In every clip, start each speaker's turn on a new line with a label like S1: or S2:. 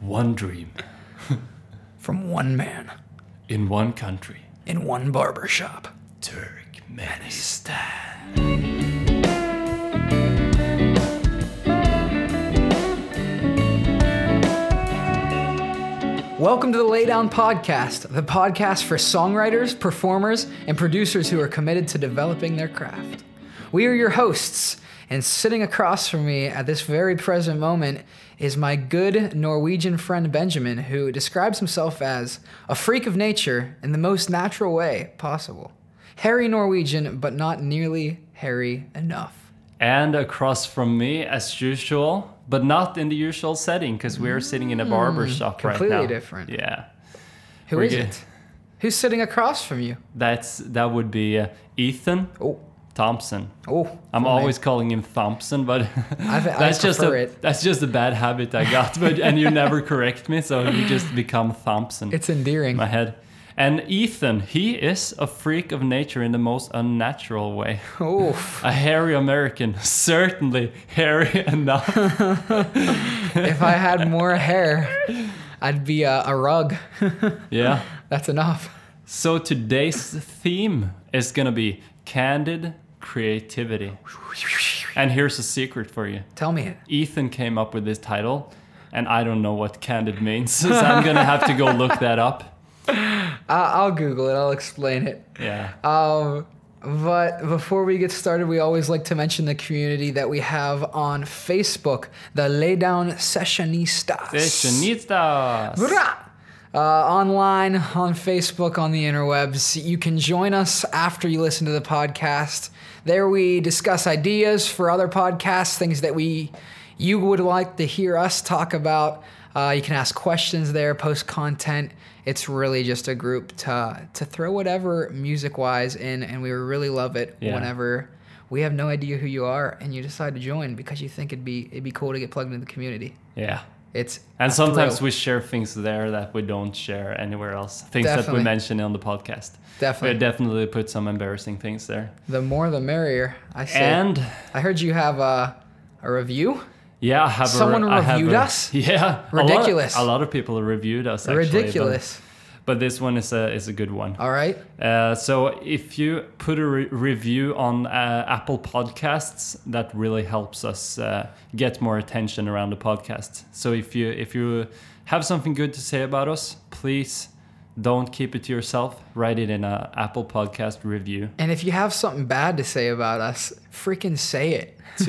S1: one dream
S2: from one man
S1: in one country
S2: in one barber shop.
S1: Turkmenistan.
S2: Welcome to the Laydown Podcast, the podcast for songwriters, performers, and producers who are committed to developing their craft. We are your hosts, and sitting across from me at this very present moment is my good Norwegian friend Benjamin, who describes himself as a freak of nature in the most natural way possible. Hairy Norwegian, but not nearly hairy enough.
S1: And across from me, as usual, but not in the usual setting because we're sitting in a barber shop
S2: Mm, completely
S1: right now.
S2: different.
S1: Yeah,
S2: Who
S1: We're
S2: is
S1: good.
S2: it? Who's sitting across from you?
S1: that's that would be uh, Ethan
S2: Oh,
S1: Thompson.
S2: oh.
S1: I'm
S2: full name.
S1: always calling him Thompson, but
S2: I've,
S1: that's just a
S2: prefer it.
S1: that's just a bad habit I got. But and you never correct me, so you just become Thompson.
S2: It's endearing.
S1: my head. And Ethan, he is a freak of nature in the most unnatural way.
S2: Oof.
S1: A hairy American, certainly hairy enough.
S2: if I had more hair, I'd be a, a rug.
S1: Yeah.
S2: That's enough.
S1: So today's theme is gonna be candid creativity. And here's a secret for you.
S2: Tell me it.
S1: Ethan came up with this title, and I don't know what candid means, so I'm gonna have to go look that up.
S2: I, I'll Google it. I'll explain it.
S1: Yeah.
S2: Um, but before we get started, we always like to mention the community that we have on Facebook, the Laydown Sessionistas.
S1: Fashionistas.
S2: Brah! Uh, online, on Facebook, on the interwebs. You can join us after you listen to the podcast. There we discuss ideas for other podcasts, things that we you would like to hear us talk about. Uh, you can ask questions there, post content. It's really just a group to to throw whatever music wise in, and we really love it
S1: Yeah.
S2: whenever we have no idea who you are and you decide to join because you think it'd be it'd be cool to get plugged into the community.
S1: Yeah.
S2: It's
S1: And sometimes
S2: thrill.
S1: we share things there that we don't share anywhere else. Things that
S2: Definitely.
S1: we mention on the podcast.
S2: definitely
S1: We definitely put some embarrassing things there.
S2: The more the merrier. I say.
S1: And
S2: I heard you have a, a review.
S1: yeah, I have
S2: Someone
S1: a, I have
S2: reviewed
S1: a-
S2: us?
S1: Yeah, a lot-
S2: Ridiculous.
S1: A lot, of people reviewed us. Actually, but-
S2: Ridiculous.
S1: But, this one is a is a good one.
S2: All right.
S1: Uh, so if you put a re- review on uh, Apple Podcasts, that really helps us uh, get more attention around the podcast. So if you if you have something good to say about us, please don't keep it to yourself. Write it in a Apple Podcast review.
S2: And if you have something bad to say about us, freaking say it.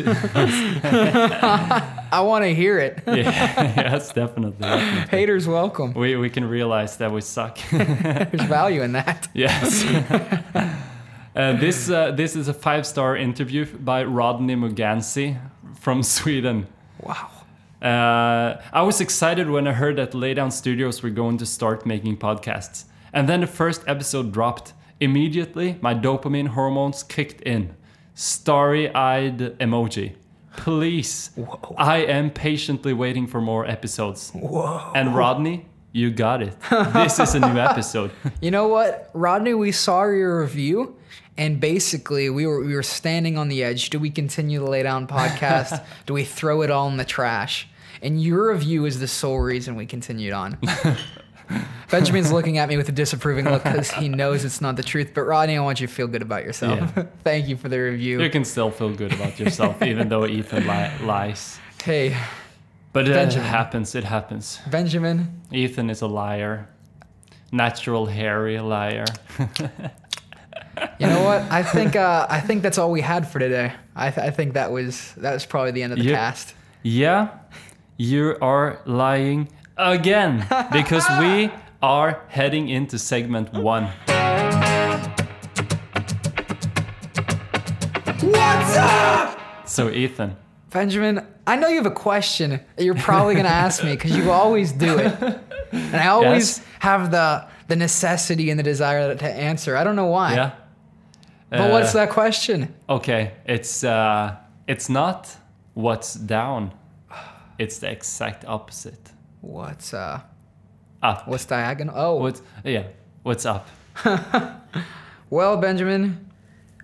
S2: I want to hear it.
S1: yeah, yes, definitely. definitely.
S2: Haters welcome.
S1: We, we can realize that we suck.
S2: There's value in that.
S1: yes. Uh, this uh, this is a five star interview by Rodney Mugansi from Sweden.
S2: Wow.
S1: Uh, I was excited when I heard that Laydown Studios were going to start making podcasts, and then the first episode dropped. Immediately, my dopamine hormones kicked in. Starry eyed emoji. Please,
S2: Whoa.
S1: I am patiently waiting for more episodes.
S2: Whoa.
S1: And Rodney, you got it. This is a new episode.
S2: You know what, Rodney? We saw your review, and basically we were we were standing on the edge. Do we continue the Laydown podcast? Do we throw it all in the trash? And your review is the sole reason we continued on. Benjamin's looking at me with a disapproving look because he knows it's not the truth. But Rodney, I want you to feel good about yourself.
S1: Yeah.
S2: Thank you for the review.
S1: You can still feel good about yourself, even though Ethan li- lies.
S2: Hey,
S1: But it
S2: Benjamin.
S1: happens, it happens.
S2: Benjamin,
S1: Ethan is a liar. Natural hairy liar.
S2: you know what? I think uh, I think that's all we had for today. I, th- I think that was that was probably the end of the
S1: You-
S2: cast.
S1: Yeah, you are lying again because we are heading into segment one.
S2: What's up?
S1: So, Ethan,
S2: Benjamin, I know you have a question that you're probably going to ask me because you always do it. And I always
S1: Yes.
S2: have the the necessity and the desire to answer. I don't know why.
S1: yeah.
S2: But what's
S1: Uh,
S2: that question?
S1: Okay, it's uh, it's not what's down. It's the exact opposite.
S2: What's uh
S1: Up.
S2: what's diagonal? Oh,
S1: What's yeah? What's up?
S2: well, Benjamin,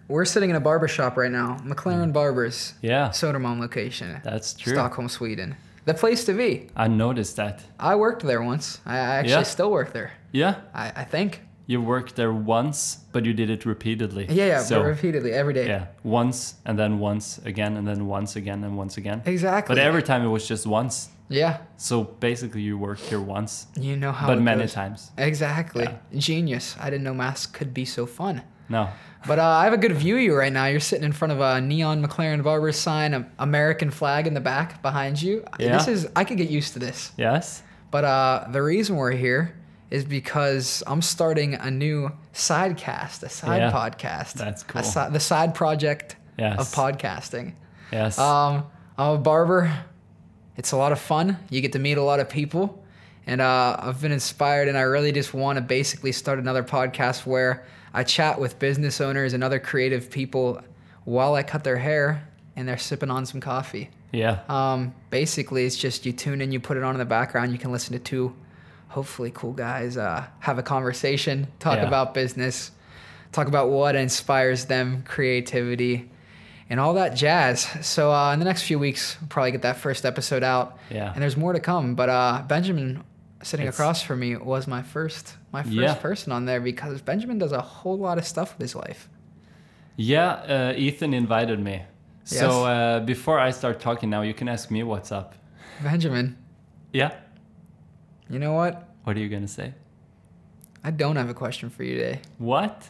S2: we're sitting in a barber shop right now, McLaren Barbers,
S1: Hmm. Yeah,
S2: Sodermalm location,
S1: that's true.
S2: Stockholm, Sweden. The place to be.
S1: I noticed that.
S2: I worked there once. I I actually
S1: Yeah?
S2: still work there.
S1: Yeah,
S2: I, I think.
S1: you worked there once, but you did it repeatedly.
S2: Yeah, yeah,
S1: So,
S2: repeatedly every day.
S1: yeah, once and then once again and then once again and once again.
S2: Exactly.
S1: But every time it was just once.
S2: yeah,
S1: So basically, you worked here once,
S2: you know how.
S1: but
S2: it
S1: many
S2: goes.
S1: times.
S2: Exactly. Genius. I didn't know masks could be so fun.
S1: No.
S2: But uh, I have a good view of you right now. You're sitting in front of a neon McLaren Barber sign, an American flag in the back behind you.
S1: Yeah.
S2: This is I could get used to this.
S1: Yes.
S2: But uh, the reason we're here is because I'm starting a new sidecast, a side
S1: Yeah,
S2: podcast.
S1: that's
S2: A
S1: cool.
S2: si- the side project
S1: Yes.
S2: of podcasting.
S1: Yes.
S2: Um, I'm a barber. It's a lot of fun. You get to meet a lot of people. And uh, I've been inspired, and I really just want to basically start another podcast where I chat with business owners and other creative people while I cut their hair and they're sipping on some coffee.
S1: yeah.
S2: Um, basically, it's just you tune in, you put it on in the background, you can listen to two hopefully cool guys uh, have a conversation, talk
S1: Yeah.
S2: about business, talk about what inspires them, creativity, and all that jazz. So, uh, in the next few weeks, we'll probably get that first episode out.
S1: Yeah.
S2: And there's more to come. But uh, Benjamin sitting
S1: It's-
S2: across from me was my first my first
S1: Yeah.
S2: person on there because Benjamin does a whole lot of stuff with his life.
S1: Yeah, uh, Ethan invited me.
S2: Yes.
S1: So uh, before I start talking now, you can ask me what's up.
S2: Benjamin,
S1: Yeah.
S2: you know what?
S1: What are you gonna say?
S2: I don't have a question for you today.
S1: What?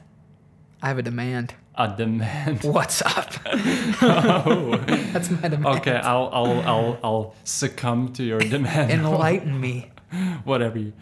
S2: I have a demand.
S1: A demand.
S2: What's up?
S1: oh.
S2: That's my demand.
S1: Okay, I'll I'll I'll I'll succumb to your demand.
S2: Enlighten me.
S1: Whatever. You,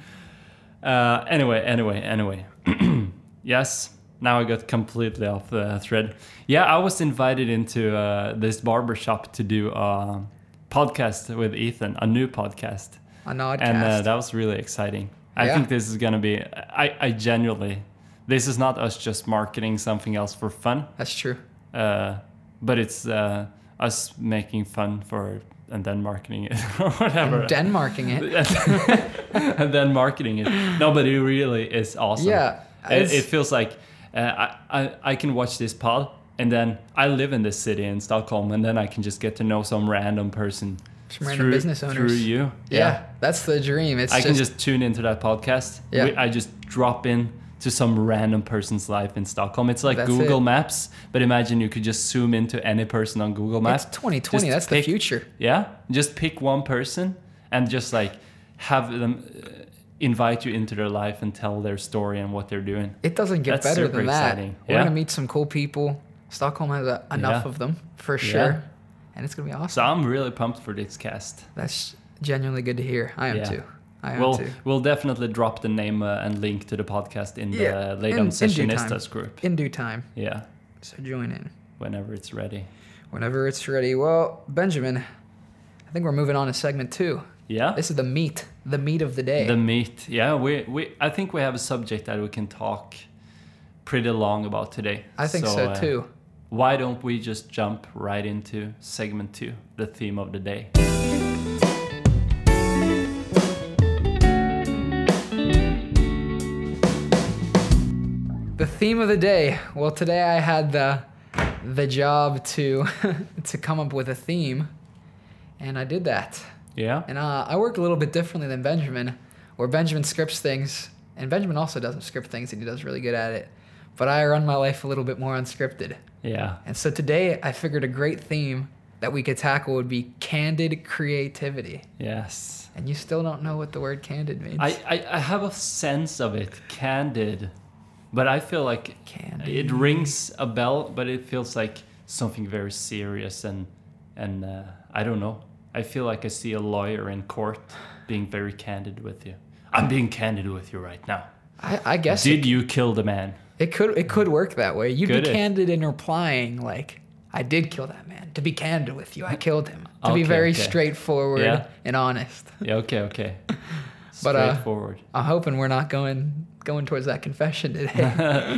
S1: uh, anyway, anyway, anyway. yes. Now I got completely off the thread. Yeah, I was invited into uh, this barber shop to do a podcast with Ethan, a new podcast.
S2: A nodcast.
S1: and uh, that was really exciting. I
S2: Yeah.
S1: think this is gonna be. I, I genuinely, this is not us just marketing something else for fun,
S2: That's true.
S1: uh, but it's uh, us making fun for and then marketing it or whatever,
S2: Denmarking it.
S1: and then marketing it. No, but it really is awesome.
S2: Yeah,
S1: it,
S2: it's-
S1: it feels like uh, I, I I can watch this pod. And then I live in this city in Stockholm, and then I can just get to know some random person
S2: Some random business owners.
S1: through you.
S2: Yeah. that's the dream. It's
S1: I
S2: just,
S1: can just tune into that podcast.
S2: Yeah.
S1: We- I just drop in to some random person's life in Stockholm. It's like
S2: That's
S1: Google
S2: it.
S1: Maps, but imagine you could just zoom into any person on Google Maps.
S2: it's 2020.
S1: Just
S2: That's the
S1: pick-
S2: future.
S1: Yeah, just pick one person and just like have them uh, invite you into their life and tell their story and what they're doing.
S2: It doesn't get
S1: That's
S2: better
S1: super
S2: than that.
S1: exciting.
S2: We're
S1: Yeah.
S2: gonna meet some cool people. Stockholm has a, enough
S1: Yeah.
S2: of them for
S1: Yeah.
S2: sure, and it's gonna be awesome.
S1: So I'm really pumped for this cast.
S2: That's genuinely good to hear. I am
S1: Yeah.
S2: too. I am
S1: We'll,
S2: too.
S1: we'll definitely drop the name uh, and link to the podcast in the
S2: Yeah,
S1: Lay
S2: in-
S1: Down
S2: in due time.
S1: Sessionistas group.
S2: In due time.
S1: Yeah,
S2: So join in
S1: whenever it's ready.
S2: whenever it's ready. Well, Benjamin, I think we're moving on to segment two.
S1: Yeah.
S2: This is the meat, the meat of the day.
S1: The meat. Yeah, we, we I think we have a subject that we can talk pretty long about today.
S2: I think so,
S1: uh,
S2: too.
S1: why don't we just jump right into segment two, the theme of the day?
S2: The theme of the day. Well, today I had the the job to to come up with a theme, and I did that.
S1: Yeah.
S2: And uh, I work a little bit differently than Benjamin, where Benjamin scripts things, and Benjamin also doesn't script things, and he does really good at it. But I run my life a little bit more unscripted.
S1: Yeah.
S2: And so today I figured a great theme that we could tackle would be candid creativity.
S1: Yes.
S2: And you still don't know what the word candid means.
S1: I, I, I have a sense of it, candid, but I feel like
S2: Candid.
S1: it rings a bell, but it feels like something very serious and and uh, I don't know. I feel like I see a lawyer in court being very candid with you. I'm being candid with you right now.
S2: I, I guess it
S1: Did you kill the man?
S2: It could it could work that way. You'd
S1: Could
S2: be
S1: it?
S2: candid in replying like, "I did kill that man." To be candid with you, I killed him. To
S1: Okay,
S2: be very
S1: okay.
S2: straightforward
S1: Yeah.
S2: and honest.
S1: Yeah, okay, okay.
S2: But, uh,
S1: Straightforward.
S2: I'm hoping we're not going going towards that confession today.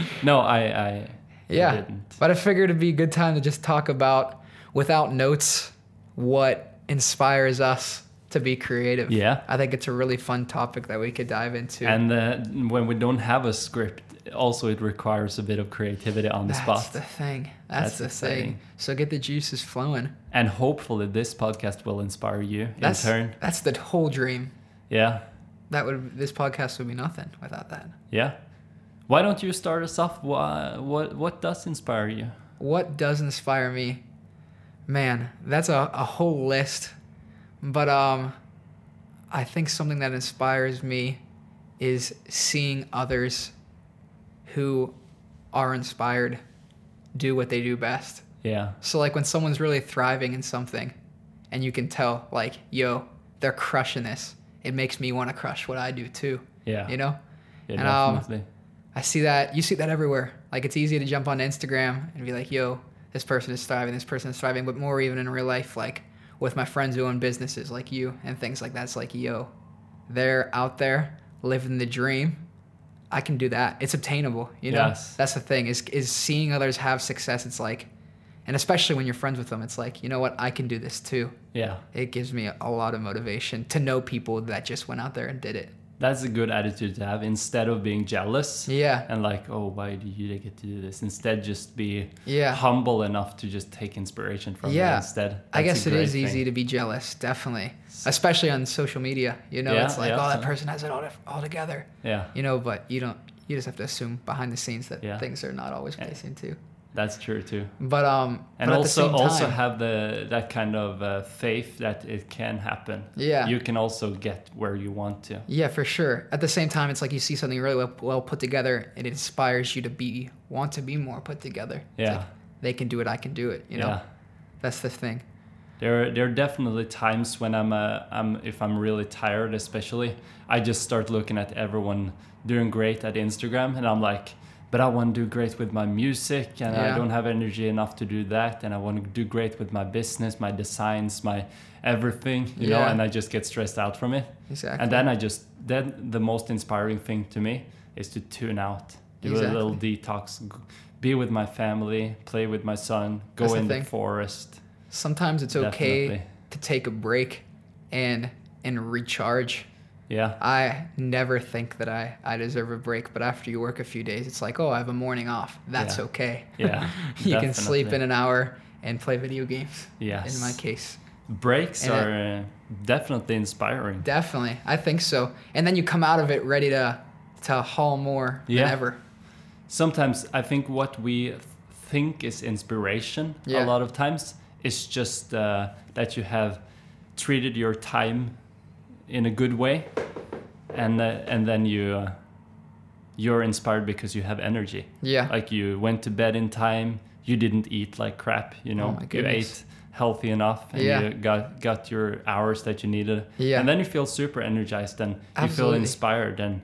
S1: no, I, I, I
S2: yeah,
S1: didn't.
S2: but I figured it'd be a good time to just talk about without notes what inspires us to be creative.
S1: Yeah.
S2: I think it's a really fun topic that we could dive into.
S1: And uh, when we don't have a script, also it requires a bit of creativity on the
S2: That's
S1: spot.
S2: the thing.
S1: That's
S2: That's, the,
S1: the
S2: thing.
S1: thing.
S2: So get the juices flowing.
S1: and hopefully this podcast will inspire you
S2: That's
S1: in turn.
S2: that's the whole dream.
S1: Yeah.
S2: That would this podcast would be nothing without that.
S1: Yeah. Why don't you start us off? Why, what what does inspire you?
S2: What does inspire me? Man, that's a, a whole list. But um I think something that inspires me is seeing others who are inspired do what they do best.
S1: Yeah.
S2: So like when someone's really thriving in something and you can tell like, yo, they're crushing this. It makes me want to crush what I do too.
S1: Yeah.
S2: You know?
S1: yeah
S2: and, um,
S1: definitely.
S2: I see that you see that everywhere. Like it's easy to jump on Instagram and be like, yo, this person is thriving, this person is thriving, but more even in real life, like with my friends who own businesses like you and things like that, it's like, yo, they're out there living the dream. I can do that. It's obtainable, you know.
S1: Yes.
S2: That's the thing is is seeing others have success. It's like, and especially when you're friends with them, it's like, you know what, I can do this too.
S1: yeah.
S2: It gives me a lot of motivation to know people that just went out there and did it.
S1: That's a good attitude to have instead of being jealous
S2: Yeah.
S1: and like, oh, why do you get to do this? Instead, just be
S2: Yeah.
S1: humble enough to just take inspiration from
S2: Yeah.
S1: it instead.
S2: I
S1: That's
S2: guess
S1: a
S2: it
S1: great
S2: is
S1: thing.
S2: easy to be jealous, definitely, especially on social media. You know,
S1: Yeah,
S2: it's like,
S1: yeah,
S2: oh, that
S1: so-
S2: person has it all, all together.
S1: Yeah,
S2: You know, but you don't. You just have to assume behind the scenes that
S1: Yeah.
S2: things are not always what they seem to.
S1: that's true too.
S2: But um,
S1: And
S2: but at
S1: also,
S2: the same
S1: also
S2: time-
S1: have the that kind of uh, faith that it can happen.
S2: Yeah.
S1: you can also get where you want to.
S2: yeah, for sure. At the same time, it's like you see something really well, well put together, it inspires you to be want to be more put together. It's
S1: Yeah.
S2: like, they can do it, I can do it. You know,
S1: Yeah.
S2: that's the thing.
S1: There, there are definitely times when I'm, uh, I'm, if I'm really tired, especially, I just start looking at everyone doing great at Instagram, and I'm like, but I want to do great with my music, and
S2: Yeah.
S1: I don't have energy enough to do that, and I want to do great with my business, my designs, my everything, you know,
S2: Yeah.
S1: and I just get stressed out from it,
S2: Exactly.
S1: and then I just, then the most inspiring thing to me is to tune out, do a little detox, g- be with my family, play with my son, go
S2: That's the
S1: in the
S2: thing.
S1: forest.
S2: sometimes it's okay
S1: Definitely.
S2: to take a break and and recharge.
S1: Yeah.
S2: I never think that I, I deserve a break, but after you work a few days, it's like, oh, I have a morning off. That's
S1: Yeah.
S2: okay.
S1: Yeah,
S2: you can sleep
S1: definitely.
S2: in an hour and play video games.
S1: Yes.
S2: In my case.
S1: breaks
S2: And it-
S1: are uh, definitely inspiring.
S2: Definitely. I think so. And then you come out of it ready to to haul more than
S1: Yeah.
S2: ever.
S1: Sometimes I think what we th- think is inspiration a
S2: Yeah.
S1: lot of times is just uh, that you have treated your time in a good way, and uh, and then you uh, you're inspired because you have energy.
S2: Yeah.
S1: Like you went to bed in time, you didn't eat like crap. You know,
S2: Oh my
S1: you
S2: goodness.
S1: ate healthy enough, and
S2: Yeah.
S1: you got got your hours that you needed.
S2: Yeah.
S1: And then you feel super energized and
S2: Absolutely.
S1: you feel inspired and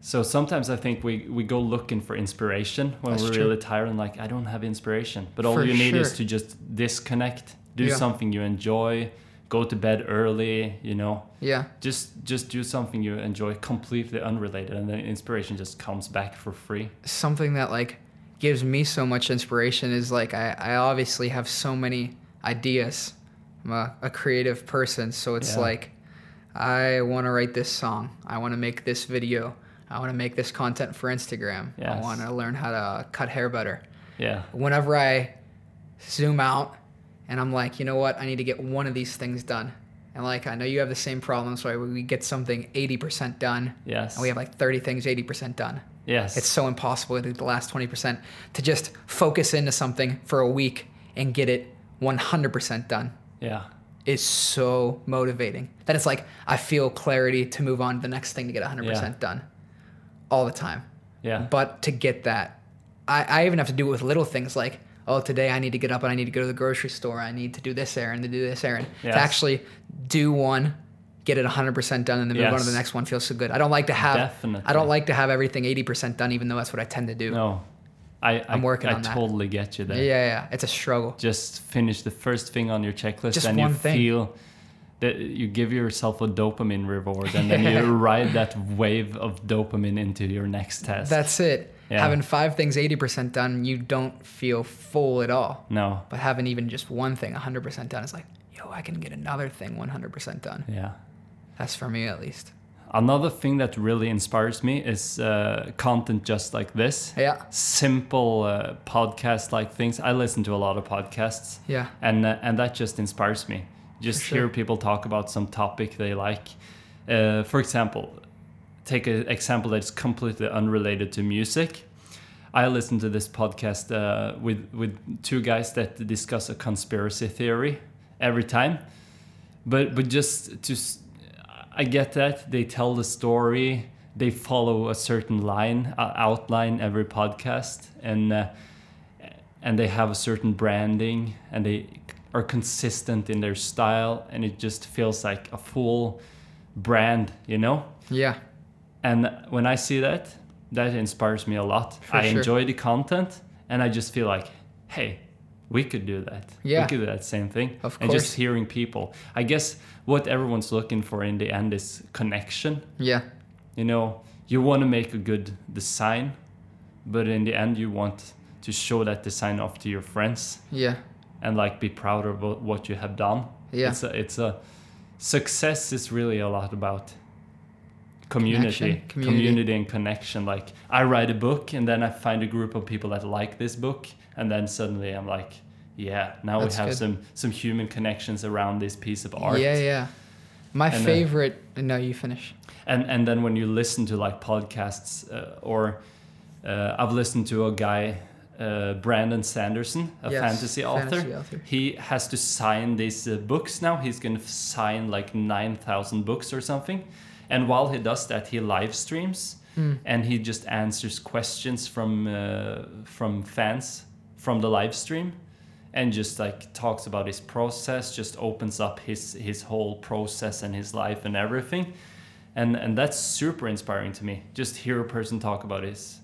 S1: so sometimes I think we, we go looking for inspiration when
S2: That's
S1: we're
S2: true.
S1: really tired and like I don't have inspiration. But all
S2: For
S1: you need is
S2: sure.
S1: to just disconnect, do
S2: Yeah.
S1: something you enjoy, go to bed early, you know.
S2: yeah.
S1: Just just do something you enjoy completely unrelated and then inspiration just comes back for free.
S2: something that like gives me so much inspiration is like I, I obviously have so many ideas. I'm a, a creative person, so it's
S1: Yeah.
S2: like I want to write this song. I want to make this video. I want to make this content for Instagram. I
S1: Yes.
S2: want to learn how to cut hair better.
S1: Yeah.
S2: Whenever I zoom out and I'm like, you know what? I need to get one of these things done. And like, I know you have the same problem, so we get something 80% done.
S1: Yes.
S2: And we have like 30 things 80% done.
S1: yes.
S2: It's so impossible to do the last 20% to just focus into something for a week and get it 100% done
S1: yeah.
S2: is so motivating. That it's like, I feel clarity to move on to the next thing to get 100%
S1: Yeah.
S2: done all the time.
S1: Yeah.
S2: But to get that, I, I even have to do it with little things like, oh, today I need to get up and I need to go to the grocery store. I need to do this errand, to do this errand.
S1: Yes.
S2: To actually do one, get it 100% done, and then move on to
S1: Yes.
S2: the next one feels so good. I don't like to have, I
S1: Definitely.
S2: don't like to have everything 80% done, even though that's what I tend to do.
S1: no. I, I
S2: I'm working
S1: I
S2: on that.
S1: totally get you
S2: Yeah,
S1: there.
S2: yeah, yeah. It's a struggle.
S1: just finish the first thing on your checklist
S2: Just
S1: and you
S2: one thing.
S1: feel that you give yourself a dopamine reward and then you ride that wave of dopamine into your next task.
S2: That's it.
S1: Yeah.
S2: Having five things 80% done, you don't feel full at all.
S1: no.
S2: But having even just one thing 100% done is like, yo, I can get another thing 100% done.
S1: Yeah.
S2: That's for me at least.
S1: Another thing that really inspires me is uh, content just like this.
S2: Yeah.
S1: Simple uh, podcast like things. I listen to a lot of podcasts.
S2: Yeah.
S1: And uh, and that just inspires me. Just
S2: sure.
S1: hear people talk about some topic they like. Uh, for example, take an example that's completely unrelated to music. I listened to this podcast uh, with with two guys that discuss a conspiracy theory every time, but but just to s- I get that they tell the story, they follow a certain line uh, outline every podcast, and uh, and they have a certain branding, and they are consistent in their style, and it just feels like a full brand, you know.
S2: Yeah.
S1: And when I see that, that inspires me a lot.
S2: For
S1: I
S2: sure.
S1: enjoy the content and I just feel like, hey, we could do that.
S2: Yeah.
S1: We could do that same thing.
S2: Of
S1: and
S2: course.
S1: just hearing people. I guess what everyone's looking for in the end is connection.
S2: Yeah.
S1: You know, you want to make a good design, but in the end, you want to show that design off to your friends
S2: Yeah.
S1: and like be proud of what- what you have done.
S2: Yeah.
S1: It's a, it's a success is really a lot about community,
S2: Connection, community.
S1: and connection. Like I write a book and then I find a group of people that like this book and then suddenly I'm like, yeah, now
S2: That's
S1: we have
S2: good.
S1: some some human connections around this piece of art.
S2: Yeah. Yeah. My
S1: uh,
S2: favorite. no, you finish.
S1: and and then when you listen to like podcasts uh, or uh, I've listened to a guy uh, Brandon Sanderson, a
S2: Yes,
S1: fantasy,
S2: fantasy
S1: author.
S2: author.
S1: He has to sign these uh, books now. He's going to sign like 9,000 books or something. And while he does that, he live streams
S2: Hmm.
S1: and he just answers questions from uh, from fans from the live stream and just like talks about his process, just opens up his his whole process and his life and everything. And and that's super inspiring to me. Just hear a person talk about his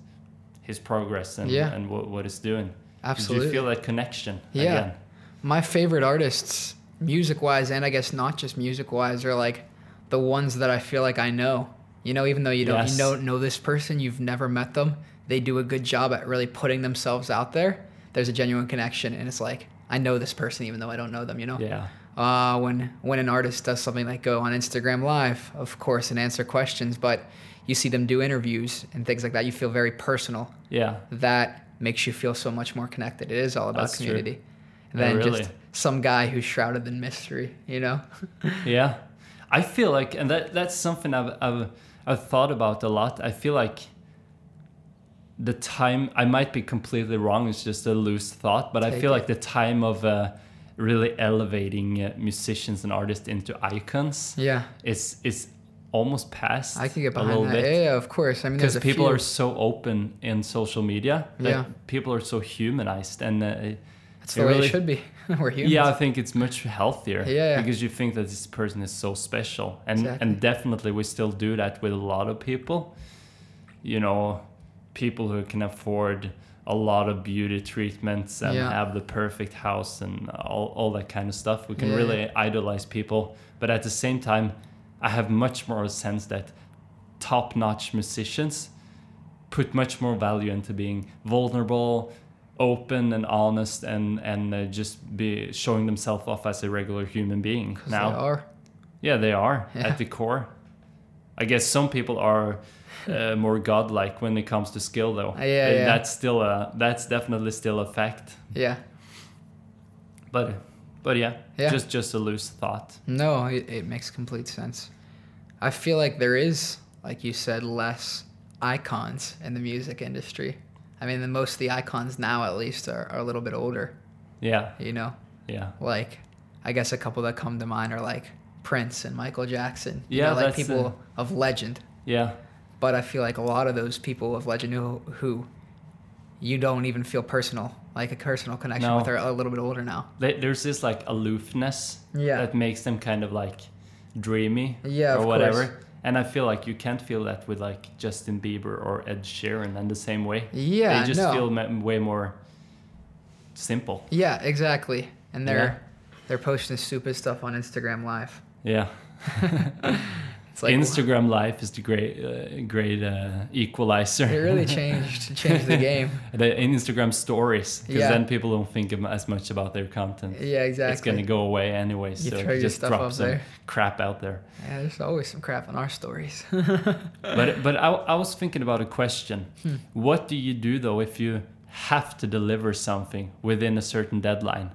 S1: his progress and
S2: Yeah.
S1: and what what it's doing.
S2: Absolutely.
S1: You feel that connection
S2: Yeah.
S1: again.
S2: My favorite artists, music wise, and I guess not just music wise, are like the ones that I feel like I know. You know, even though you don't
S1: Yes.
S2: you don't know this person, you've never met them, they do a good job at really putting themselves out there. There's a genuine connection, and it's like I know this person even though I don't know them. You know.
S1: Yeah.
S2: uh, when when an artist does something like go on Instagram Live, of course, and answer questions, but you see them do interviews and things like that. You feel very personal.
S1: Yeah.
S2: That makes you feel so much more connected. It is all about
S1: That's true.
S2: community
S1: Yeah,
S2: than
S1: really.
S2: just some guy who's shrouded in mystery. You know?
S1: Yeah. I feel like and that that's something I've I've I've thought about a lot. I feel like the time I might be completely wrong. It's just a loose thought, but I
S2: Take
S1: feel
S2: it.
S1: like the time of uh, really elevating uh, musicians and artists into icons
S2: yeah,
S1: is is almost past.
S2: I can get
S1: a
S2: behind
S1: little
S2: that.
S1: bit.
S2: Yeah, yeah, of course. I mean,
S1: because
S2: there's a
S1: people
S2: few-
S1: are so open in social media that
S2: Yeah.
S1: people are so humanized and uh,
S2: That's
S1: it
S2: the way
S1: really-
S2: it should be. We're humans.
S1: yeah i think it's much healthier
S2: Yeah.
S1: because you think that this person is so special and
S2: Exactly.
S1: and definitely we still do that with a lot of people you know people who can afford a lot of beauty treatments and
S2: Yeah.
S1: have the perfect house and all, all that kind of stuff we can
S2: Yeah,
S1: really idolize people but at the same time i have much more a sense that top-notch musicians put much more value into being vulnerable open and honest and and uh, just be showing themselves off as a regular human being
S2: 'Cause they
S1: now
S2: are.
S1: yeah they are
S2: Yeah.
S1: at the core i guess some people are uh, more godlike when it comes to skill though
S2: Uh, yeah,
S1: Uh,
S2: yeah.
S1: that's still a that's definitely still a fact
S2: Yeah.
S1: but but yeah,
S2: Yeah.
S1: just just a loose thought
S2: No, it, it makes complete sense. I feel like there is, like you said, less icons in the music industry. I mean, the most of the icons now, at least, are, are a little bit older.
S1: yeah
S2: You know,
S1: yeah
S2: like I guess a couple that come to mind are like Prince and Michael Jackson. you
S1: Yeah,
S2: know,
S1: that's,
S2: like people
S1: uh,
S2: of legend.
S1: yeah
S2: But I feel like a lot of those people of legend who, who you don't even feel personal, like a personal connection
S1: No.
S2: with, are a little bit older now.
S1: They- there's this like aloofness
S2: Yeah.
S1: that makes them kind of like dreamy
S2: Yeah,
S1: or
S2: of
S1: whatever
S2: course.
S1: and i feel like you can't feel that with like justin bieber or ed sheeran in the same way
S2: Yeah,
S1: they just
S2: no.
S1: feel ma- way more simple
S2: Yeah, exactly. And they're they're posting stupid stuff on Instagram Live.
S1: yeah
S2: It's like
S1: Instagram Live is the great, uh, great uh, equalizer.
S2: it really changed changed the game.
S1: the in Instagram stories, because
S2: Yeah.
S1: then people don't think ab- as much about their content.
S2: Yeah, exactly.
S1: It's gonna go away anyway, so
S2: throw your
S1: just
S2: stuff
S1: drop
S2: up
S1: some
S2: there.
S1: crap out there.
S2: Yeah, there's always some crap in our stories.
S1: But but I, I was thinking about a question.
S2: Hmm.
S1: What do you do though if you have to deliver something within a certain deadline,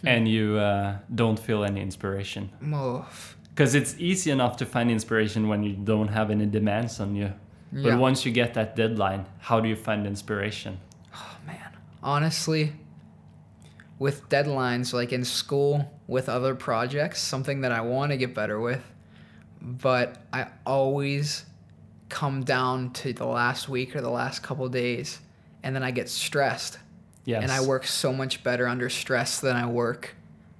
S2: Hmm.
S1: and you uh, don't feel any inspiration?
S2: Move.
S1: Because it's easy enough to find inspiration when you don't have any demands on you. But
S2: Yeah.
S1: once you get that deadline, how do you find inspiration?
S2: Oh man. Honestly, with deadlines like in school, with other projects, something that I want to get better with, but I always come down to the last week or the last couple days and then I get stressed
S1: Yes.
S2: and I work so much better under stress than I work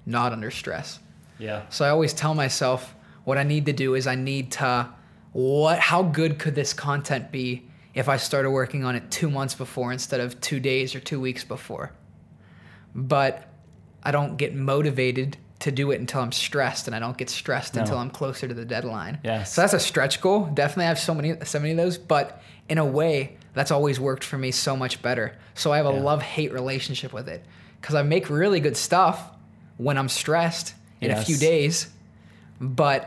S2: not under stress.
S1: Yeah.
S2: So I always tell myself what I need to do is I need to what how good could this content be if I started working on it 2 months before instead of 2 days or 2 weeks before. But I don't get motivated to do it until I'm stressed and I don't get stressed
S1: No.
S2: until I'm closer to the deadline.
S1: Yes.
S2: So that's a stretch goal. Definitely I have so many so many of those, but in a way that's always worked for me so much better. So I have a
S1: Yeah.
S2: love-hate relationship with it cuz I make really good stuff when I'm stressed in a few
S1: Yes.
S2: days, but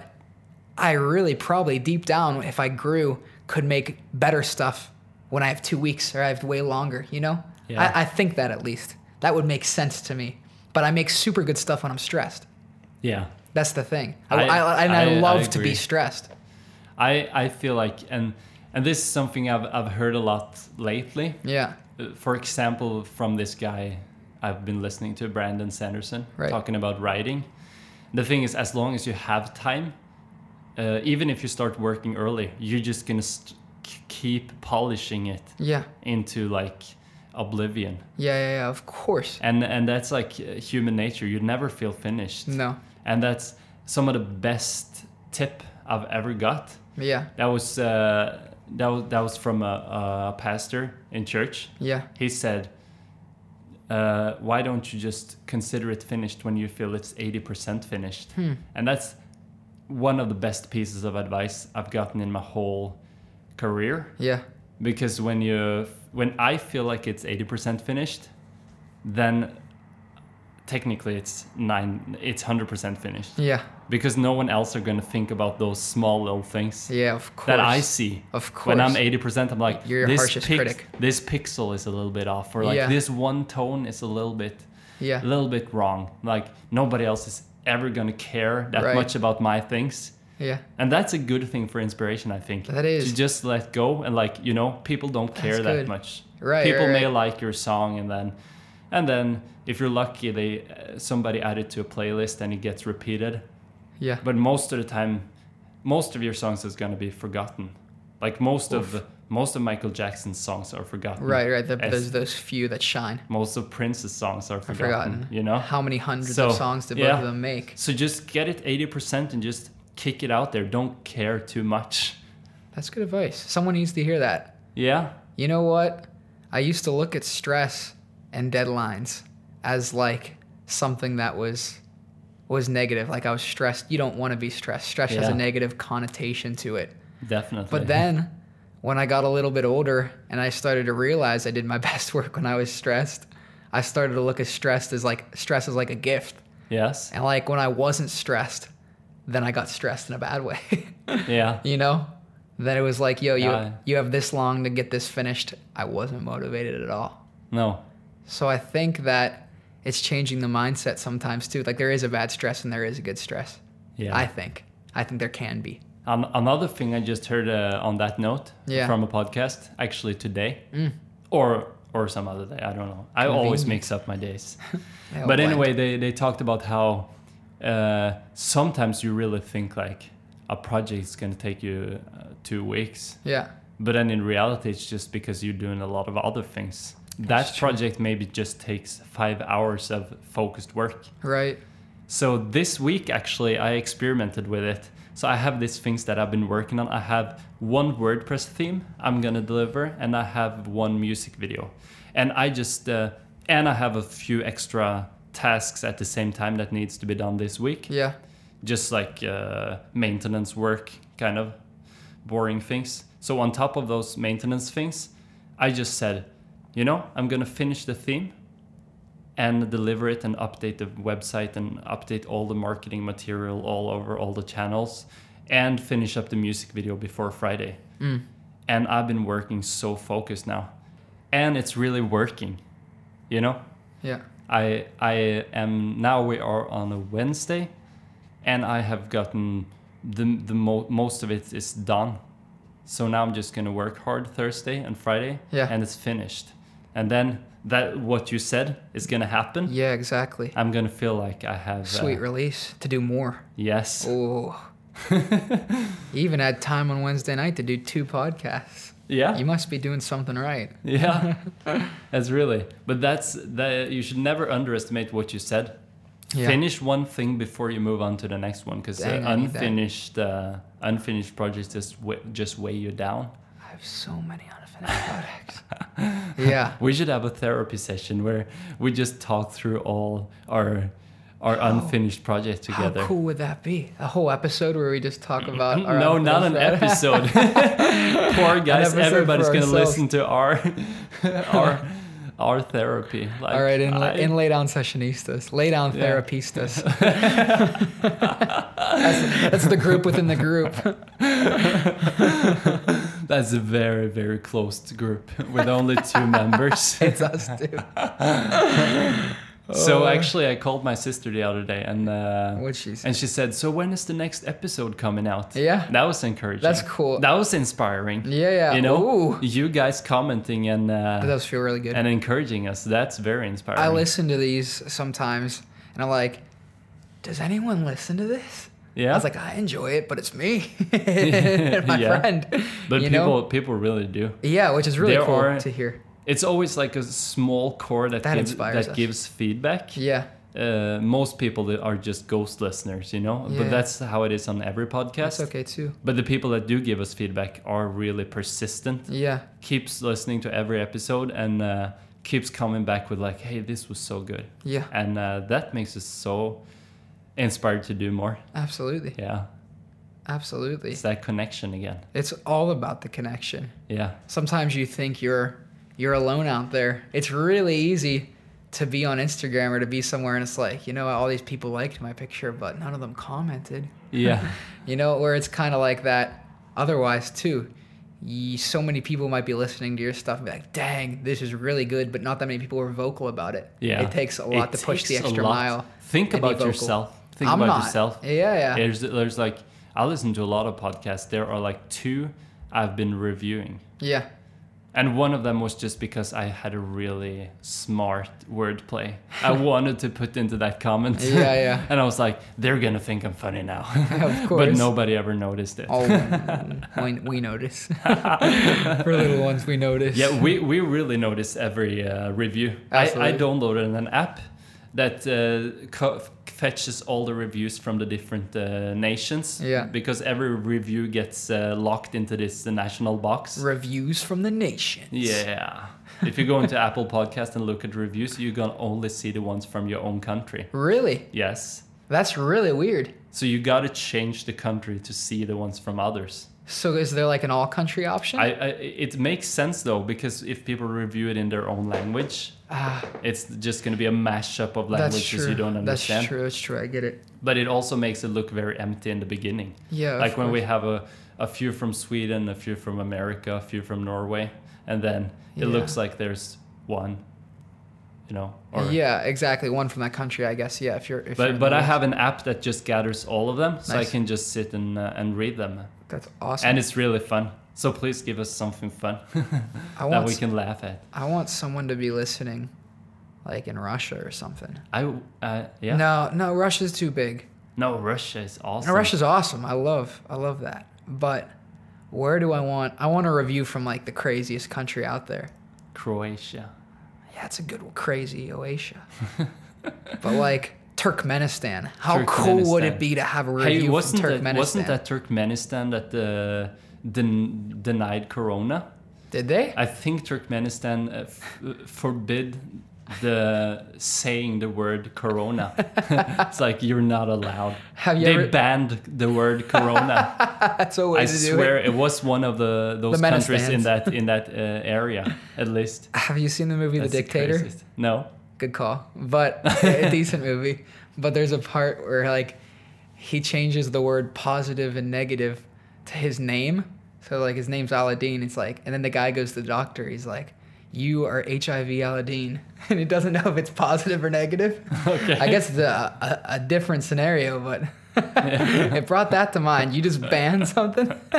S2: I really probably deep down, if I grew, could make better stuff when I have two weeks or I have way longer, you know?
S1: Yeah.
S2: I, I think that at least. That would make sense to me. But I make super good stuff when I'm stressed.
S1: Yeah.
S2: That's the thing. I,
S1: I-
S2: I, and I,
S1: I- I
S2: love to be
S1: agree.
S2: stressed.
S1: I, I feel like and and this is something I've I've heard a lot lately.
S2: Yeah.
S1: Uh, For example, from this guy I've been listening to, Brandon Sanderson,
S2: Right.
S1: talking about writing. The thing is, as long as you have time, uh, even if you start working early, you're just gonna st- k- keep polishing it
S2: Yeah.
S1: into like oblivion,
S2: Yeah, yeah, yeah. Of course.
S1: and and that's like uh, human nature. You never feel finished,
S2: No.
S1: and that's some of the best tip I've ever got.
S2: Yeah.
S1: That was uh, that was that was from a, a pastor in church.
S2: Yeah.
S1: He said, uh, "Why don't you just consider it finished when you feel it's eighty percent finished?"
S2: Hmm.
S1: And that's one of the best pieces of advice I've gotten in my whole career
S2: Yeah.
S1: because when you when I feel like it's eighty percent finished, then technically it's nine it's hundred percent finished
S2: Yeah.
S1: because no one else are gonna think about those small little things
S2: Yeah, of course.
S1: that I see.
S2: Of
S1: When I'm
S2: course.
S1: 80%, I'm like,
S2: You're your
S1: this,
S2: harshest
S1: pix-
S2: critic."
S1: this pixel is a little bit off, or like
S2: Yeah.
S1: this one tone is a little bit, a
S2: Yeah.
S1: little bit wrong. Like nobody else is ever gonna care that
S2: Right.
S1: much about my things.
S2: Yeah.
S1: And that's a good thing for inspiration, I think.
S2: That is.
S1: To just let go and like, you know, people don't care that
S2: good.
S1: much.
S2: Right,
S1: People
S2: right,
S1: may
S2: right.
S1: like your song and then and then if you're lucky they uh, somebody add it to a playlist and it gets repeated
S2: Yeah.
S1: but most of the time most of your songs is going to be forgotten like most of most of michael jackson's songs are forgotten
S2: Right, right. The,
S1: as
S2: there's those few that shine.
S1: most of prince's songs are forgotten,
S2: forgotten.
S1: you know
S2: How many hundreds
S1: So,
S2: of songs did both
S1: yeah.
S2: of them make?
S1: so just get it 80% and just kick it out there don't care too much
S2: That's good advice. Someone needs to hear that.
S1: yeah
S2: You know what? I used to look at stress and deadlines as like something that was was negative. Like I was stressed. You don't want to be stressed. Stress has a
S1: Yeah.
S2: negative connotation to it.
S1: definitely
S2: But then when I got a little bit older and I started to realize I did my best work when I was stressed, I started to look at stress as like stress as like a gift.
S1: yes
S2: And like when I wasn't stressed, then I got stressed in a bad way.
S1: yeah
S2: you know then it was like yo you
S1: Yeah.
S2: you have this long to get this finished i wasn't motivated at all
S1: no
S2: so i think that it's changing the mindset sometimes too like there is a bad stress and there is a good stress
S1: yeah
S2: i think i think there can be
S1: An- another thing I just heard uh, on that note
S2: Yeah. Mm.
S1: from a podcast, actually today, or or some other day. I don't know. I always mix up my days.
S2: They all
S1: but
S2: blend.
S1: anyway, they they talked about how uh, sometimes you really think like a project is gonna take you uh, two weeks,
S2: yeah
S1: but then in reality, it's just because you're doing a lot of other things. That project maybe just takes five hours of focused work.
S2: right
S1: So this week, actually, I experimented with it. So I have these things that I've been working on. I have one WordPress theme I'm gonna deliver, and I have one music video, and I just uh, and I have a few extra tasks at the same time that needs to be done this week,
S2: yeah
S1: just like uh, maintenance work, kind of boring things. So on top of those maintenance things, I just said, you know, I'm gonna finish the theme and deliver it and update the website and update all the marketing material all over all the channels and finish up the music video before Friday. And I've been working so focused now. And it's really working. You know?
S2: Yeah.
S1: I I am now we are on a Wednesday, and I have gotten the the mo- most of it is done. So now I'm just gonna work hard Thursday and Friday,
S2: Yeah.
S1: and it's finished. And then that what you said is gonna happen.
S2: Yeah, exactly.
S1: I'm gonna feel like I have uh,
S2: Sweet release to do more.
S1: yes,
S2: Oh. Even had time on Wednesday night to do two podcasts.
S1: yeah,
S2: You must be doing something right.
S1: yeah. that's really. But that's that. You should never underestimate what you said.
S2: Yeah.
S1: Finish one thing before you move on to the next one, because uh,
S2: Dang, I need that.
S1: unfinished uh, unfinished projects just wa just weigh you down.
S2: I have so many unfinished projects. yeah.
S1: We should have a therapy session where we just talk through all our our unfinished projects together.
S2: How cool would that be? A whole episode where we just talk about our
S1: No, not an
S2: unfinished-
S1: episode. Poor guys,
S2: episode
S1: everybody's
S2: for
S1: gonna
S2: ourselves.
S1: listen to our our our therapy. Like,
S2: All right, in,
S1: I-
S2: in lay down sessionistas, lay down
S1: Yeah.
S2: therapistas. that's, that's the group within the group.
S1: that's a very very closed group with only two members.
S2: It's us too. Oh.
S1: So actually, I called my sister the other day and. Uh,
S2: What she said.
S1: and she said, "So when is the next episode coming out?"
S2: Yeah.
S1: that was encouraging.
S2: That's cool.
S1: That was inspiring.
S2: Yeah, yeah.
S1: you know
S2: Ooh.
S1: you guys commenting and
S2: That
S1: uh,
S2: does feel really good.
S1: and encouraging us that's very inspiring
S2: I listen to these sometimes, and I'm like, does anyone listen to this?
S1: yeah
S2: I was like, I enjoy it, but it's me, and my
S1: Yeah.
S2: friend.
S1: but
S2: you
S1: people
S2: know?
S1: people really do
S2: yeah, which is really
S1: there
S2: cool
S1: are-
S2: to hear.
S1: it's always like a small core that
S2: That
S1: gives,
S2: inspires
S1: that
S2: us.
S1: gives feedback
S2: Yeah,
S1: uh, most people that are just ghost listeners you know
S2: Yeah.
S1: but that's how it is on every podcast
S2: that's okay too.
S1: but the people that do give us feedback are really persistent
S2: Yeah,
S1: keeps listening to every episode and uh, keeps coming back with like hey this was so good
S2: yeah,
S1: and uh, that makes us so inspired to do more
S2: absolutely,
S1: yeah
S2: absolutely.
S1: It's that connection again.
S2: It's all about the connection.
S1: Yeah.
S2: Sometimes you think you're you're alone out there. It's really easy to be on Instagram or to be somewhere, and it's like, you know, all these people liked my picture, but none of them commented.
S1: Yeah.
S2: You know, where it's kind of like that otherwise, too. You, so many people might be listening to your stuff and be like, dang, this is really good, but not that many people are vocal about it.
S1: Yeah.
S2: It takes a lot
S1: It
S2: to push the
S1: takes a
S2: extra
S1: lot.
S2: mile.
S1: Think
S2: and be
S1: about
S2: vocal.
S1: yourself. Think
S2: I'm
S1: about
S2: not.
S1: yourself.
S2: Yeah, yeah.
S1: There's there's like I listen to a lot of podcasts. There are like two I've been reviewing.
S2: Yeah.
S1: And one of them was just because I had a really smart wordplay. I wanted to put into that comment.
S2: Yeah, yeah.
S1: and I was like, they're gonna think I'm funny now. but
S2: Of course.
S1: nobody ever noticed it.
S2: Oh, when we notice. For little ones, we notice.
S1: Yeah, we, we really notice every uh, review. I, I
S2: Absolutely.
S1: downloaded an app that uh, co- fetches all the reviews from the different uh, nations.
S2: Yeah.
S1: Because every review gets uh, locked into this uh, national box.
S2: Reviews from the nation.
S1: Yeah. if you go into Apple Podcast and look at reviews, you can only see the ones from your own country.
S2: Really?
S1: Yes.
S2: That's really weird.
S1: So you gotta change the country to see the ones from others.
S2: So is there like an all country option?
S1: I, I it makes sense though because if people review it in their own language,
S2: ah,
S1: it's just going to be a mashup of
S2: that's
S1: languages
S2: true.
S1: you don't understand.
S2: That's true. That's true. I get it.
S1: But it also makes it look very empty in the beginning.
S2: Yeah. of
S1: like when we
S2: course.
S1: have a, a few from Sweden, a few from America, a few from Norway, and then it
S2: Yeah.
S1: looks like there's one, you know. Or,
S2: yeah, exactly. One from that country, I guess. Yeah, if you're. If you're
S1: But
S2: in
S1: but
S2: the
S1: I
S2: West.
S1: have an app that just gathers all of them, so I
S2: Nice.
S1: can just sit and uh, and read them,
S2: That's awesome.
S1: and it's really fun. So please give us something fun that
S2: I want.
S1: we can laugh at.
S2: I want someone to be listening, like in Russia or something.
S1: I uh, yeah. No.
S2: No, no, Russia's too big.
S1: Russia is awesome.
S2: Now, Russia's awesome. I love, I love that. But where do I want? I want a review from like the craziest country out there.
S1: Croatia.
S2: Yeah, it's a good one. Crazy Oasia. but like Turkmenistan, how cool would
S1: Turkmenistan.
S2: it be to have a review
S1: Hey, wasn't
S2: from Turkmenistan?
S1: that wasn't that Turkmenistan that uh, den- denied Corona?
S2: Did they?
S1: I think Turkmenistan uh, f- forbid the saying the word corona. it's like you're not allowed.
S2: Have you
S1: they
S2: ever-
S1: banned the word corona.
S2: That's a way
S1: I
S2: to do
S1: swear
S2: it.
S1: it. was one of the those
S2: meta
S1: countries in
S2: stands.
S1: that in that uh, area at least.
S2: Have you seen the movie
S1: That's
S2: The Dictator?
S1: craziest. No.
S2: Good call, but a decent movie. But there's a part where like he changes the word positive and negative to his name. So like his name's Aladdin. It's like, and then the guy goes to the doctor. He's like, "You are HIV Aladdin," and he doesn't know if it's positive or negative.
S1: Okay.
S2: I guess it's a, a, a different scenario, but it brought that to mind. You just ban something.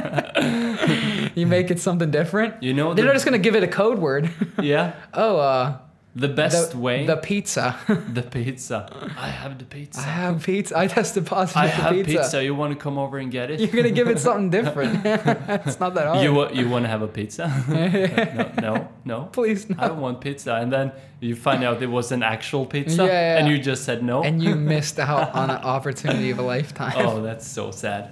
S2: you make it something different.
S1: You know
S2: They're
S1: the-
S2: not just gonna give it a code word.
S1: Yeah.
S2: oh, uh,
S1: The best
S2: the,
S1: way
S2: the pizza.
S1: the pizza. I have the
S2: I
S1: pizza.
S2: have pizza. I tested positive
S1: I
S2: for
S1: have pizza.
S2: pizza.
S1: You want to come over and get it?
S2: You're gonna give it something different. it's not that hard.
S1: You wa- you want to have a pizza? no, no, no.
S2: Please no.
S1: I don't want pizza. And then you find out it was an actual pizza,
S2: Yeah, yeah,
S1: and
S2: yeah.
S1: you just said no.
S2: and you missed out on an opportunity of a lifetime.
S1: oh, that's so sad.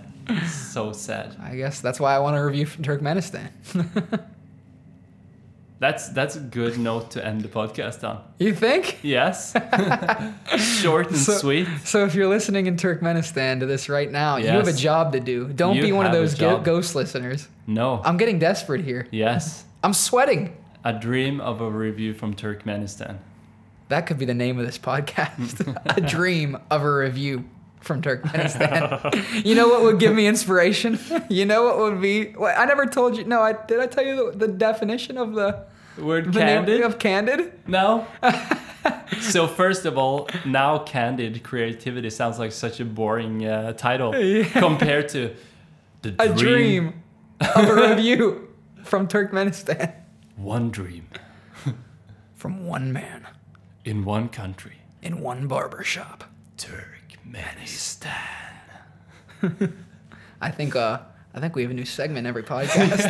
S1: So sad.
S2: I guess that's why I want to review from Turkmenistan.
S1: That's that's a good note to end the podcast on.
S2: you think?
S1: Yes. Short and
S2: So-
S1: sweet.
S2: So if you're listening in Turkmenistan to this right now, you have a
S1: Yes.
S2: job to do. Don't
S1: You
S2: be one of
S1: have a
S2: those go-
S1: job.
S2: ghost listeners.
S1: No.
S2: I'm getting desperate here.
S1: yes.
S2: I'm sweating.
S1: A dream of a review from Turkmenistan.
S2: That could be the name of this podcast. a dream of a review from Turkmenistan. you know what would give me inspiration? You know what would be? Wait, I never told you. No, I did. I tell you the, the definition of the,
S1: Word
S2: the name
S1: candid.
S2: of candid.
S1: No. so first of all, now candid creativity sounds like such a boring uh, title compared to the
S2: A dream of a review from Turkmenistan
S1: One dream
S2: from one man
S1: in one country,
S2: in one barber shop.
S1: Turkmenistan.
S2: I think. Uh, I think we have a new segment every podcast.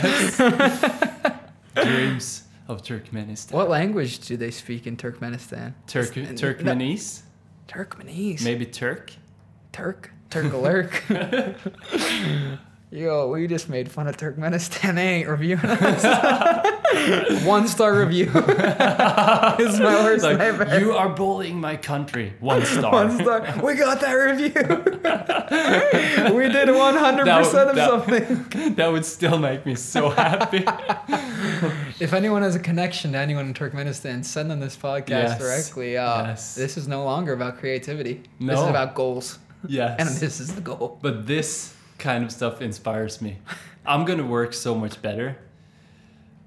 S1: Dreams of Turkmenistan.
S2: what language do they speak in Turkmenistan?
S1: Turk Turkmenese?
S2: Turkmenese.
S1: Maybe Turk?
S2: Turk, Turkalurk. Yo, we just made fun of Turkmenistan. They ain't reviewing us. One star review. it's my worst
S1: Like,
S2: nightmare.
S1: you are bullying my country. One star.
S2: One star. We got that review. we did 100% of
S1: That-
S2: something.
S1: That would still make me so happy.
S2: If anyone has a connection to anyone in Turkmenistan, send them this podcast
S1: Yes.
S2: directly. Uh,
S1: Yes.
S2: This is no longer about creativity. This is
S1: No.
S2: about goals.
S1: yes.
S2: And this is the goal.
S1: But this kind of stuff inspires me. I'm gonna work so much better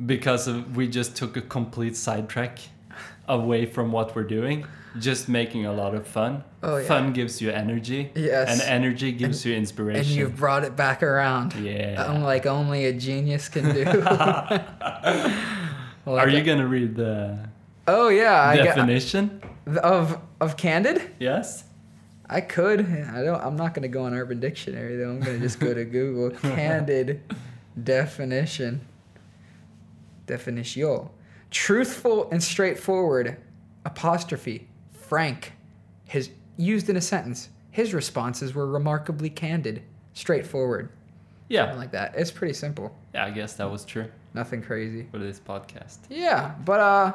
S1: because of, we just took a complete sidetrack away from what we're doing. Just making a lot of fun.
S2: Oh, yeah.
S1: Fun gives you energy.
S2: Yes.
S1: And energy gives you
S2: And
S1: inspiration.
S2: you've brought it back around.
S1: yeah.
S2: Unlike only a genius can do. Like
S1: Are you
S2: a-
S1: gonna read the
S2: Oh yeah, I got-
S1: definition?
S2: of of candid.
S1: yes.
S2: I could. I don't. I'm not gonna go on Urban Dictionary though. I'm gonna just go to Google candid definition. Definition. Truthful and straightforward. Apostrophe. Frank. His used in a sentence. His responses were remarkably candid, straightforward, something
S1: Yeah.
S2: like that. It's pretty simple.
S1: Yeah, I guess that was true
S2: Nothing crazy.
S1: for this podcast.
S2: Yeah, but uh,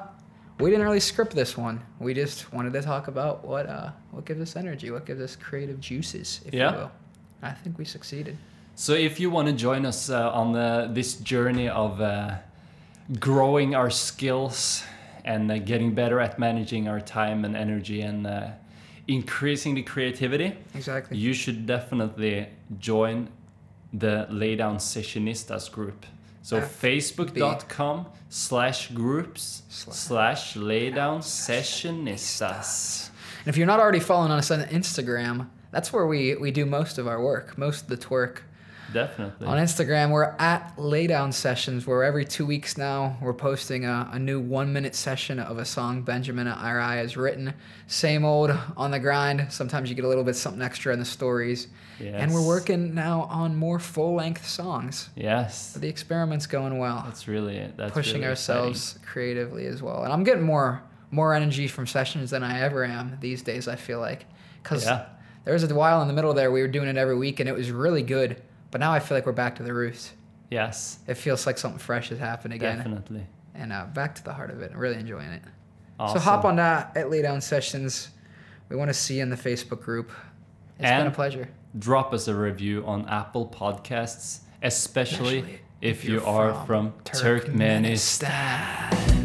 S2: we didn't really script this one. We just wanted to talk about what uh, what gives us energy, what gives us creative juices, if
S1: Yeah.
S2: you will. I think we succeeded.
S1: So if you want to join us uh, on the, this journey of uh, growing our skills and uh, getting better at managing our time and energy and uh, increasing the creativity,
S2: Exactly.
S1: you should definitely join the Laydown Sessionistas group. So facebook.com slash groups slash laydown sessionistas.
S2: And if you're not already following us on Instagram, that's where we we do most of our work, most of the twerk.
S1: Definitely.
S2: On Instagram, we're at Laydown Sessions, where every two weeks now we're posting a, a new one minute session of a song Benjamin Irai has written. Same old on the grind. Sometimes you get a little bit something extra in the stories. And we're
S1: Yes.
S2: working now on more full length songs.
S1: Yes.
S2: The experiment's going well.
S1: That's really it. That's
S2: pushing
S1: really
S2: ourselves creatively as well. And I'm getting more more energy from sessions than I ever am these days, I feel like. Because
S1: Yeah.
S2: there was a while in the middle there we were doing it every week and it was really good. But now I feel like we're back to the roots
S1: exciting. Yes.
S2: it feels like something fresh has happened again
S1: Definitely.
S2: and uh, back to the heart of it I'm really enjoying it
S1: Awesome.
S2: So hop on that at Laydown Sessions. We want to see you in the Facebook group. It's been
S1: And-
S2: a pleasure.
S1: Drop us a review on Apple Podcasts, especially,
S2: Especially
S1: if,
S2: if
S1: you
S2: you're
S1: are
S2: from
S1: from Turkmenistan.
S2: Turkmenistan.